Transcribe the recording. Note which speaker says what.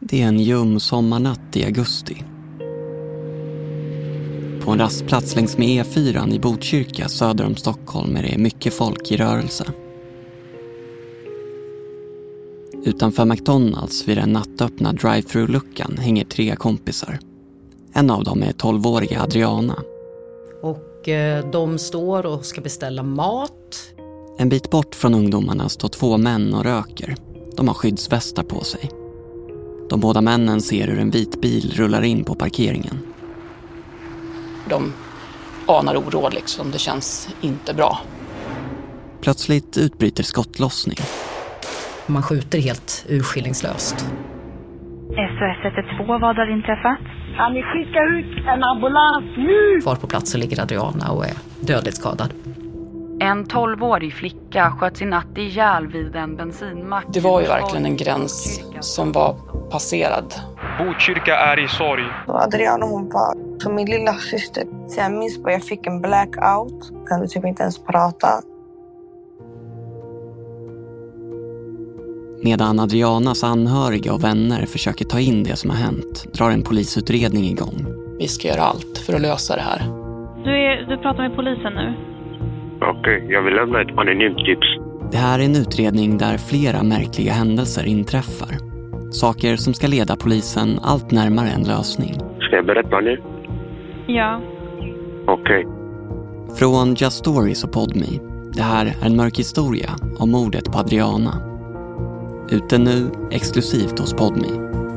Speaker 1: Det är en ljum sommarnatt i augusti. På en rastplats längs med E4 i Botkyrka söder om Stockholm är det mycket folk i rörelse. Utanför McDonalds vid den nattöppna drive-through-luckan hänger tre kompisar. En av dem är 12-åriga Adriana.
Speaker 2: Och eh, de står och ska beställa mat.
Speaker 1: En bit bort från ungdomarna står två män och röker. De har skyddsvästar på sig. De båda männen ser hur en vit bil rullar in på parkeringen.
Speaker 3: De anar oråd liksom. Det känns inte bra.
Speaker 1: Plötsligt utbryter skottlossning.
Speaker 2: Man skjuter helt urskillningslöst.
Speaker 4: SOS 112, vad har inträffat?
Speaker 5: Kan ni skicka ut en ambulans nu?
Speaker 2: Kvar på platsen ligger Adriana och är dödligt skadad.
Speaker 6: En 12-årig flicka sköts i natt ihjäl vid en bensinmack.
Speaker 3: Det var ju verkligen en gräns som var passerad.
Speaker 7: Botkyrka är i sorg.
Speaker 8: Adriana hon var som min lilla syster. Så jag minns bara jag fick en blackout. Jag kunde typ inte ens prata.
Speaker 1: Medan Adrianas anhöriga och vänner försöker ta in det som har hänt drar en polisutredning igång.
Speaker 3: Vi ska göra allt för att lösa det här.
Speaker 9: Du, är, du pratar med polisen nu?
Speaker 10: Okej, jag vill lämna ett anonymt tips.
Speaker 1: Det här är en utredning där flera märkliga händelser inträffar. Saker som ska leda polisen allt närmare en lösning.
Speaker 10: Ska jag berätta nu?
Speaker 9: Ja.
Speaker 10: Okej.
Speaker 1: Från Just Stories och Podmi. Det här är en mörk historia om mordet på Adriana. Ute nu, exklusivt hos Podmi.